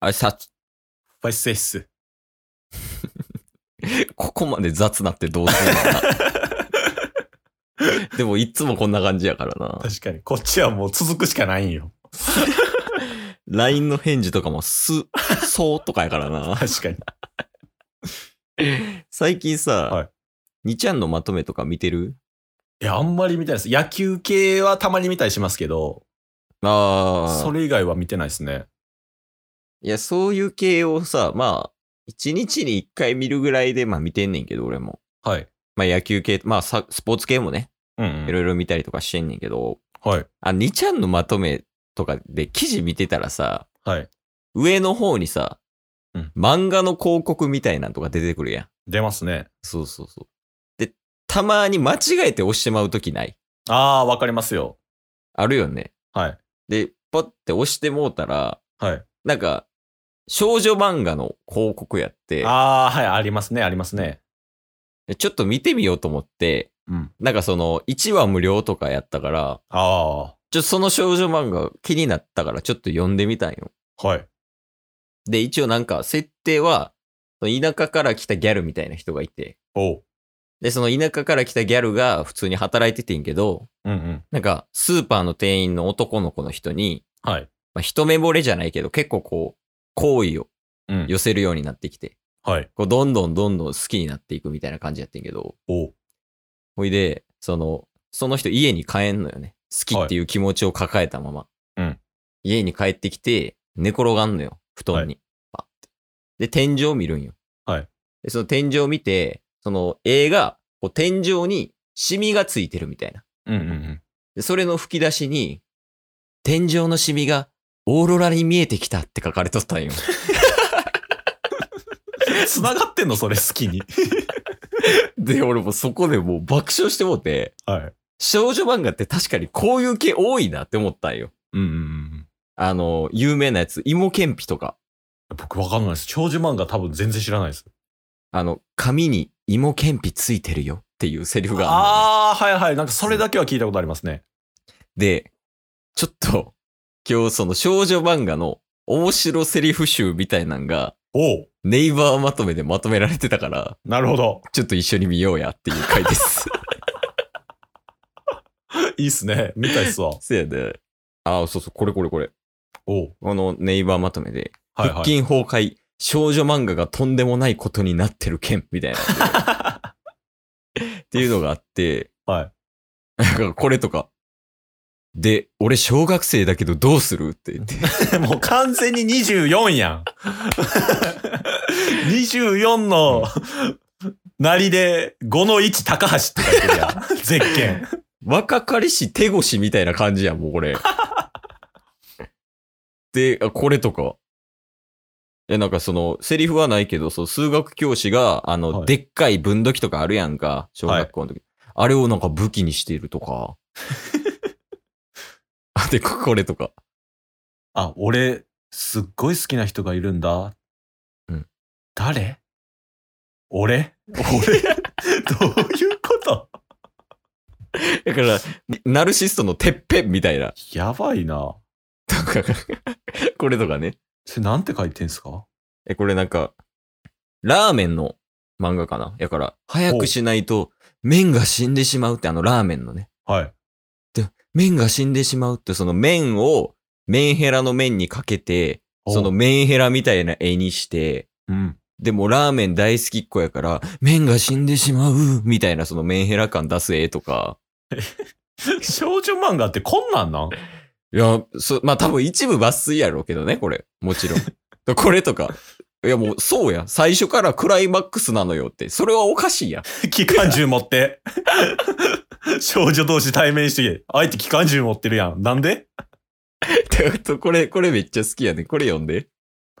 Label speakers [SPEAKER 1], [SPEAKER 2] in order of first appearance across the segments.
[SPEAKER 1] あれさ、
[SPEAKER 2] Was ist es?
[SPEAKER 1] ここまで雑なってどうするのか な。でもいつもこんな感じやからな。
[SPEAKER 2] 確かに。こっちはもう続くしかないんよ。
[SPEAKER 1] LINE の返事とかもす、そうとかやからな。
[SPEAKER 2] 確かに。
[SPEAKER 1] 最近
[SPEAKER 2] は
[SPEAKER 1] さ
[SPEAKER 2] い、
[SPEAKER 1] に、ちゃんのまとめとか見てる
[SPEAKER 2] いや、あんまり見たいです。野球系はたまに見たりしますけど、
[SPEAKER 1] ああ。
[SPEAKER 2] それ以外は見てないですね。
[SPEAKER 1] いや、そういう系をさ、まあ、一日に一回見るぐらいで、まあ見てんねんけど、俺も。
[SPEAKER 2] はい。
[SPEAKER 1] まあ野球系、まあさスポーツ系もね、
[SPEAKER 2] うん、
[SPEAKER 1] いろいろ見たりとかしてんねんけど、
[SPEAKER 2] はい。
[SPEAKER 1] あ、2ちゃんのまとめとかで記事見てたらさ、
[SPEAKER 2] はい。
[SPEAKER 1] 上の方にさ、
[SPEAKER 2] うん
[SPEAKER 1] 漫画の広告みたいなんとか出てくるやん。
[SPEAKER 2] 出ますね。
[SPEAKER 1] そうそうそう。で、たまに間違えて押してまうときない。
[SPEAKER 2] ああ、わかりますよ。
[SPEAKER 1] あるよね。
[SPEAKER 2] はい。
[SPEAKER 1] で、ポッて押してもうたら、
[SPEAKER 2] はい。
[SPEAKER 1] なんか、少女漫画の広告やって、
[SPEAKER 2] ああ、はい。ありますね。ありますね。
[SPEAKER 1] でちょっと見てみようと思って、
[SPEAKER 2] うん。
[SPEAKER 1] なんかその1話無料とかやったから、
[SPEAKER 2] あ
[SPEAKER 1] ちょっとその少女漫画気になったからちょっと読んでみたんよ。
[SPEAKER 2] あ、はい。
[SPEAKER 1] で、一応なんか設定は、その田舎から来たギャルみたいな人がいて、
[SPEAKER 2] おう。
[SPEAKER 1] で、その田舎から来たギャルが普通に働いててんけど、
[SPEAKER 2] うんうん。
[SPEAKER 1] なんかスーパーの店員の男の子の人に、
[SPEAKER 2] はい。
[SPEAKER 1] まあ、一目惚れじゃないけど結構こう、好意を
[SPEAKER 2] うん。
[SPEAKER 1] 寄せるようになってきて、
[SPEAKER 2] はい。
[SPEAKER 1] こうどんどんどんどん好きになっていくみたいな感じやってんけど、
[SPEAKER 2] おう。
[SPEAKER 1] ほいで、その、その人家に帰んのよね。好きっていう気持ちを抱えたまま。
[SPEAKER 2] うん
[SPEAKER 1] 家に帰ってきて、寝転がんのよ。布団に。パッてで、天井見るんよ。
[SPEAKER 2] はい
[SPEAKER 1] で、その天井見て、その絵が、こう天井にシミがついてるみたいな。
[SPEAKER 2] うんうんうん。
[SPEAKER 1] で、それの吹き出しに、天井のシミがオーロラに見えてきたって書かれとったんよ。
[SPEAKER 2] 繋がってんのそれ好きに。
[SPEAKER 1] で、俺もそこでもう爆笑してもうて、
[SPEAKER 2] はい。
[SPEAKER 1] 少女漫画って確かにこういう系多いなって思ったんよ。
[SPEAKER 2] うんうんうん。
[SPEAKER 1] あの、有名なやつ、芋けんぴとか、
[SPEAKER 2] 僕わかんないです。長寿漫画多分全然知らないです。
[SPEAKER 1] あの、紙に芋けんぴついてるよっていうセリフがあ
[SPEAKER 2] ああ、はいはい。なんかそれだけは聞いたことありますね。
[SPEAKER 1] るのねで、ちょっと、今日その少女漫画の面白セリフ集みたいなんが、
[SPEAKER 2] おう。
[SPEAKER 1] ネイバーまとめでまとめられてたから、
[SPEAKER 2] なるほど。
[SPEAKER 1] ちょっと一緒に見ようやっていう回 です。
[SPEAKER 2] いいっすね。見たいっすわ。
[SPEAKER 1] せやで。ああ、そうそう、これこれこれ。
[SPEAKER 2] おう。
[SPEAKER 1] このネイバーまとめで、
[SPEAKER 2] はい
[SPEAKER 1] 腹
[SPEAKER 2] はい。
[SPEAKER 1] 筋崩壊、少女漫画がとんでもないことになってる件みたいな。っ ていうのがあって、
[SPEAKER 2] はい。
[SPEAKER 1] なんかこれとか。で、俺小学生だけどどうするって言 って。
[SPEAKER 2] もう完全に24やん。24の、なりで、5の1高橋って書いてるやん。 絶景。
[SPEAKER 1] 若かりし手越しみたいな感じやん、もうこ れ。で、あこれとか。え、なんかその、セリフはないけど、そう、数学教師が、あの、
[SPEAKER 2] はい
[SPEAKER 1] でっかい分度器とかあるやんか、小学校の時。あれをなんか武器にしていると か。あ、で、ここれとか。
[SPEAKER 2] あ、俺、すっごい好きな人がいるんだ。
[SPEAKER 1] うん。
[SPEAKER 2] 誰俺 俺どういうこと
[SPEAKER 1] だから、ナルシストのてっぺんみたいな。
[SPEAKER 2] やばいな。
[SPEAKER 1] とか、これとかね。
[SPEAKER 2] それなんて書いてんすか
[SPEAKER 1] え、これなんか、ラーメンの漫画かなやから、早くしないと麺が死んでしまうってあのラーメンのね。
[SPEAKER 2] はい。
[SPEAKER 1] 麺が死んでしまうってその麺を麺ヘラの麺にかけて、
[SPEAKER 2] お
[SPEAKER 1] その、麺ヘラみたいな絵にして、
[SPEAKER 2] うん。
[SPEAKER 1] でもラーメン大好きっ子やから、麺が死んでしまうみたいなその麺ヘラ感出す絵とか。
[SPEAKER 2] 少女漫画ってこんなんなん
[SPEAKER 1] いや、そ、まあ、多分一部抜粋やろうけどね、これ。もちろん。これとか。いやもうそうやん。最初からクライマックスなのよって。それはおかしいやん。
[SPEAKER 2] 機関銃持って。少女同士対面して、相手機関銃持ってるやん。なんで
[SPEAKER 1] ってこと、これ、これめっちゃ好きやね。これ読んで。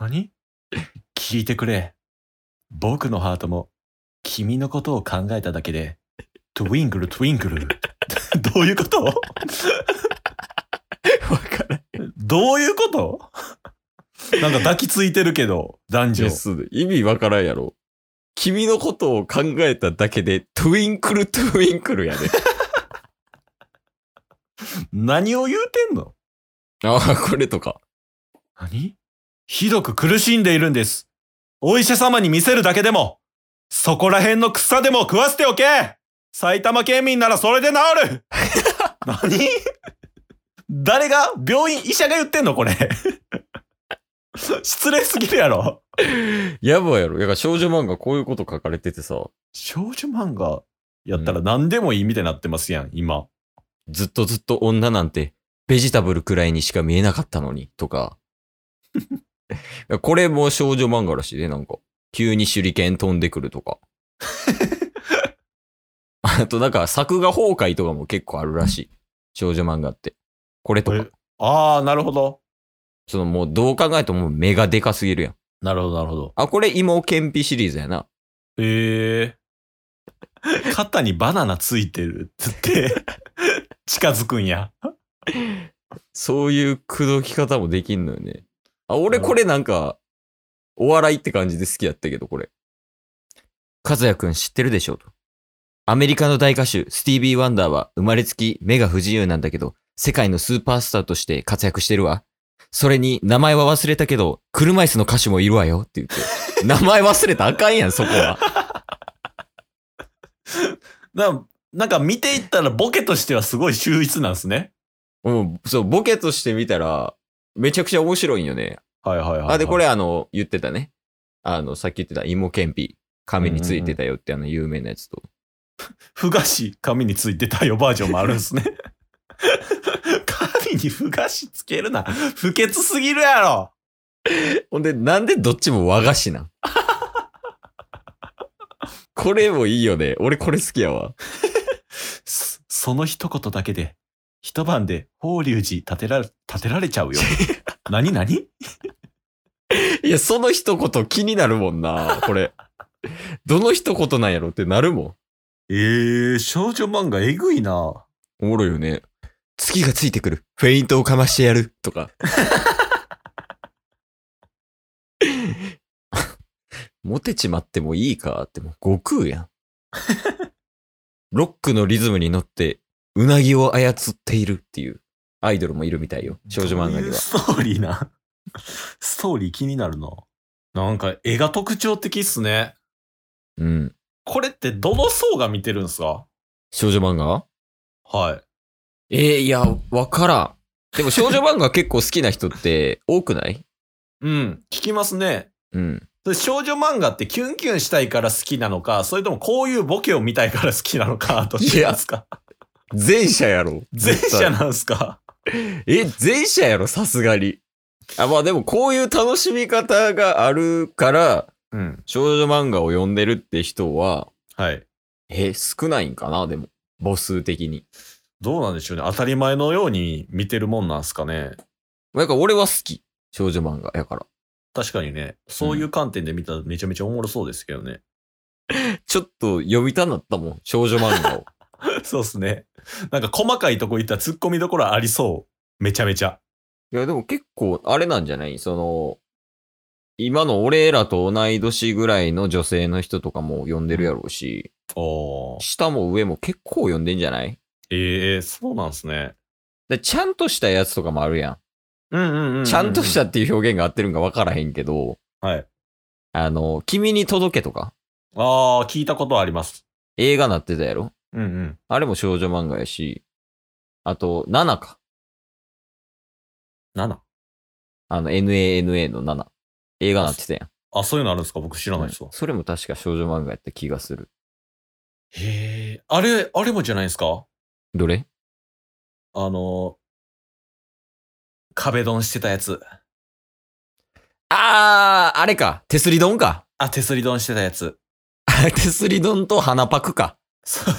[SPEAKER 2] 何聞いてくれ。僕のハートも、君のことを考えただけで、トゥインクルトゥインクル。どういうこと
[SPEAKER 1] わからん。
[SPEAKER 2] どういうことなんか抱きついてるけど、男女。
[SPEAKER 1] 意味わからんやろ。君のことを考えただけで、トゥインクルトゥインクルや ね。
[SPEAKER 2] 何を言うてんの
[SPEAKER 1] ああ、これとか。
[SPEAKER 2] 何ひどく苦しんでいるんです。お医者様に見せるだけでも、そこら辺の草でも食わせておけ埼玉県民ならそれで治る 何誰が病院医者が言ってんのこれ。失礼すぎるやろ。
[SPEAKER 1] やばいやろ。だから少女漫画こういうこと書かれててさ、
[SPEAKER 2] 少女漫画やったら何でもいいみたいになってますやん、今。
[SPEAKER 1] ずっとずっと女なんてベジタブルくらいにしか見えなかったのに、とか。 これも少女漫画らしいね、なんか。急に手裏剣飛んでくるとか。 あとなんか作画崩壊とかも結構あるらしい。少女漫画って。これとか
[SPEAKER 2] え。ああ、なるほど。
[SPEAKER 1] そのもうどう考えても目がでかすぎるやん。
[SPEAKER 2] なるほど、なるほど。
[SPEAKER 1] あ、これ芋けんぴシリーズやな。
[SPEAKER 2] ええ肩にバナナついてるって って、近づくんや。
[SPEAKER 1] そういう口説き方もできんのよね。あ、俺これなんか、お笑いって感じで好きやったけど、これ。和也くん知ってるでしょと。アメリカの大歌手、スティービー・ワンダーは生まれつき目が不自由なんだけど、世界のスーパースターとして活躍してるわ。それに、名前は忘れたけど、車椅子の歌手もいるわよって言 って。名前忘れたらあかんやん、そこ は。
[SPEAKER 2] ななんか見ていったらボケとしてはすごい秀逸なんですね。
[SPEAKER 1] うん、そう、ボケとして見たら、めちゃくちゃ面白いんよね。
[SPEAKER 2] はいはいはい、
[SPEAKER 1] あ、で、これあの、言ってたね。あの、さっき言ってた芋けんぴ、亀についてたよってあの有名なやつと。
[SPEAKER 2] ふがし、紙についてたよバージョンもあるんですね。紙にふがしつけるな。不潔すぎるやろ。
[SPEAKER 1] ほんで、なんでどっちも和菓子なん これもいいよね。俺これ好きやわ。
[SPEAKER 2] そその一言だけで、一晩で法隆寺建てられ、建てられちゃ うよ。何何
[SPEAKER 1] いや、その一言気になるもんな、これ。どの一言なんやろってなるも
[SPEAKER 2] えー、少女漫画えぐいな。
[SPEAKER 1] ん。おもろいよね。月がついてくる。フェイントをかましてやる。と か。モテちまってもいいかってもう悟空やん。ロックのリズムに乗って、うなぎを操っているっていうアイドルもいるみたいよ。少女漫画
[SPEAKER 2] どう
[SPEAKER 1] に
[SPEAKER 2] いう
[SPEAKER 1] は。
[SPEAKER 2] ストーリーな。ストーリー気になるな。なんか絵が特徴的っすね。
[SPEAKER 1] うん。
[SPEAKER 2] これってどの層が見てるんすか
[SPEAKER 1] 少女漫画
[SPEAKER 2] はい。
[SPEAKER 1] えー、いや、わからん。でも少女漫画結構好きな人って多くない
[SPEAKER 2] うん。聞きますね。
[SPEAKER 1] うん。
[SPEAKER 2] それ少女漫画ってキュンキュンしたいから好きなのか、それともこういうボケを見たいから好きなのか、どっちなんすか
[SPEAKER 1] 前者やろ。
[SPEAKER 2] 前者なんすか
[SPEAKER 1] え、前者やろ、さすがに。あ、まあでもこういう楽しみ方があるから、
[SPEAKER 2] うん。
[SPEAKER 1] 少女漫画を読んでるって人は、
[SPEAKER 2] はい。
[SPEAKER 1] え、少ないんかな、でも。母数的に。
[SPEAKER 2] どうなんでしょうね。当たり前のように見てるもんなんすかね。
[SPEAKER 1] なんか俺は好き。少女漫画やから。
[SPEAKER 2] 確かにね、そういう観点で見たらめちゃめちゃおもろそうですけどね。
[SPEAKER 1] ちょっと呼びたなったもん、少女漫画を。
[SPEAKER 2] そうっすね。なんか細かいとこ行ったら突っ込みどころありそう。めちゃめちゃ。
[SPEAKER 1] いや、でも結構、あれなんじゃないその、今の俺らと同い年ぐらいの女性の人とかも呼んでるやろうし、
[SPEAKER 2] おー。
[SPEAKER 1] 下も上も結構呼んでんじゃない
[SPEAKER 2] ええそうなんすね。
[SPEAKER 1] でちゃんとしたやつとかもあるやん。
[SPEAKER 2] うんうんうん、
[SPEAKER 1] ちゃんとした。っていう表現が合ってるんか分からへんけど、
[SPEAKER 2] はい。
[SPEAKER 1] あの、君に届けとか、
[SPEAKER 2] ああ、聞いたことあります。
[SPEAKER 1] 映画なってたやろ
[SPEAKER 2] うんうん。
[SPEAKER 1] あれも少女漫画やし、あと、7か。
[SPEAKER 2] 7。
[SPEAKER 1] あの、NANA の7。映画なってたやん。
[SPEAKER 2] あ、そういうのあるんですか僕知らないですわ。
[SPEAKER 1] それも確か少女漫画やった気がする。
[SPEAKER 2] へえ。あれ、あれもじゃないですか
[SPEAKER 1] どれ
[SPEAKER 2] あの、壁ドンしてたやつ。
[SPEAKER 1] あー、あれか。手すり丼か。
[SPEAKER 2] あ、手すりドンしてたやつ。
[SPEAKER 1] 手すり丼と鼻パクか。
[SPEAKER 2] そう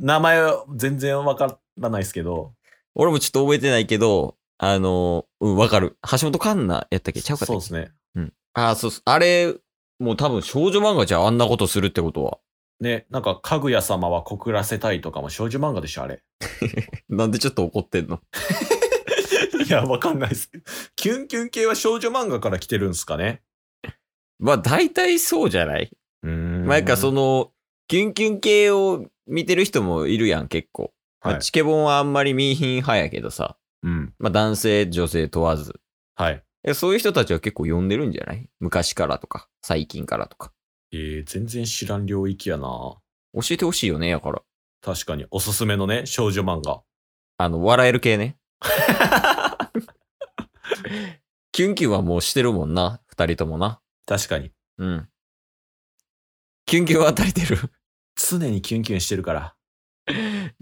[SPEAKER 2] 名前全然わからないですけど。
[SPEAKER 1] 俺もちょっと覚えてないけど、あの、うん、わかる。橋本環奈やったっけちゃうかった
[SPEAKER 2] そう
[SPEAKER 1] っ
[SPEAKER 2] で
[SPEAKER 1] け
[SPEAKER 2] すね。
[SPEAKER 1] ああ、そうっす。あれ、もう多分少女漫画じゃんあんなことするってことは。
[SPEAKER 2] ね、なんか、かぐや様は告らせたいとかも少女漫画でしょ、あれ。
[SPEAKER 1] なんでちょっと怒ってんの
[SPEAKER 2] いや、わかんないです。キュンキュン系は少女漫画から来てるんすかね
[SPEAKER 1] まあ大体そうじゃない
[SPEAKER 2] うん
[SPEAKER 1] まあ、なんかそ
[SPEAKER 2] の、
[SPEAKER 1] の、キュンキュン系を見てる人もいるやん、結構。まあ
[SPEAKER 2] はい
[SPEAKER 1] チケボンはあんまり見いひん派やけどさ。
[SPEAKER 2] うん。
[SPEAKER 1] まあ男性、女性問わず。
[SPEAKER 2] はい。
[SPEAKER 1] えそういう人たちは結構呼んでるんじゃない昔からとか、最近からとか。
[SPEAKER 2] えー、全然知らん領域やな。
[SPEAKER 1] 教えてほしいよね、やから。
[SPEAKER 2] 確かに、おすすめのね、少女漫画。
[SPEAKER 1] あの、笑える系 ね。キュンキュンはもうしてるもんな、二人ともな。
[SPEAKER 2] 確かに。
[SPEAKER 1] うん。キュンキュンは足りてる。
[SPEAKER 2] 常にキュンキュンしてるから。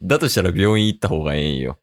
[SPEAKER 1] だとしたら病院行った方がええんよ。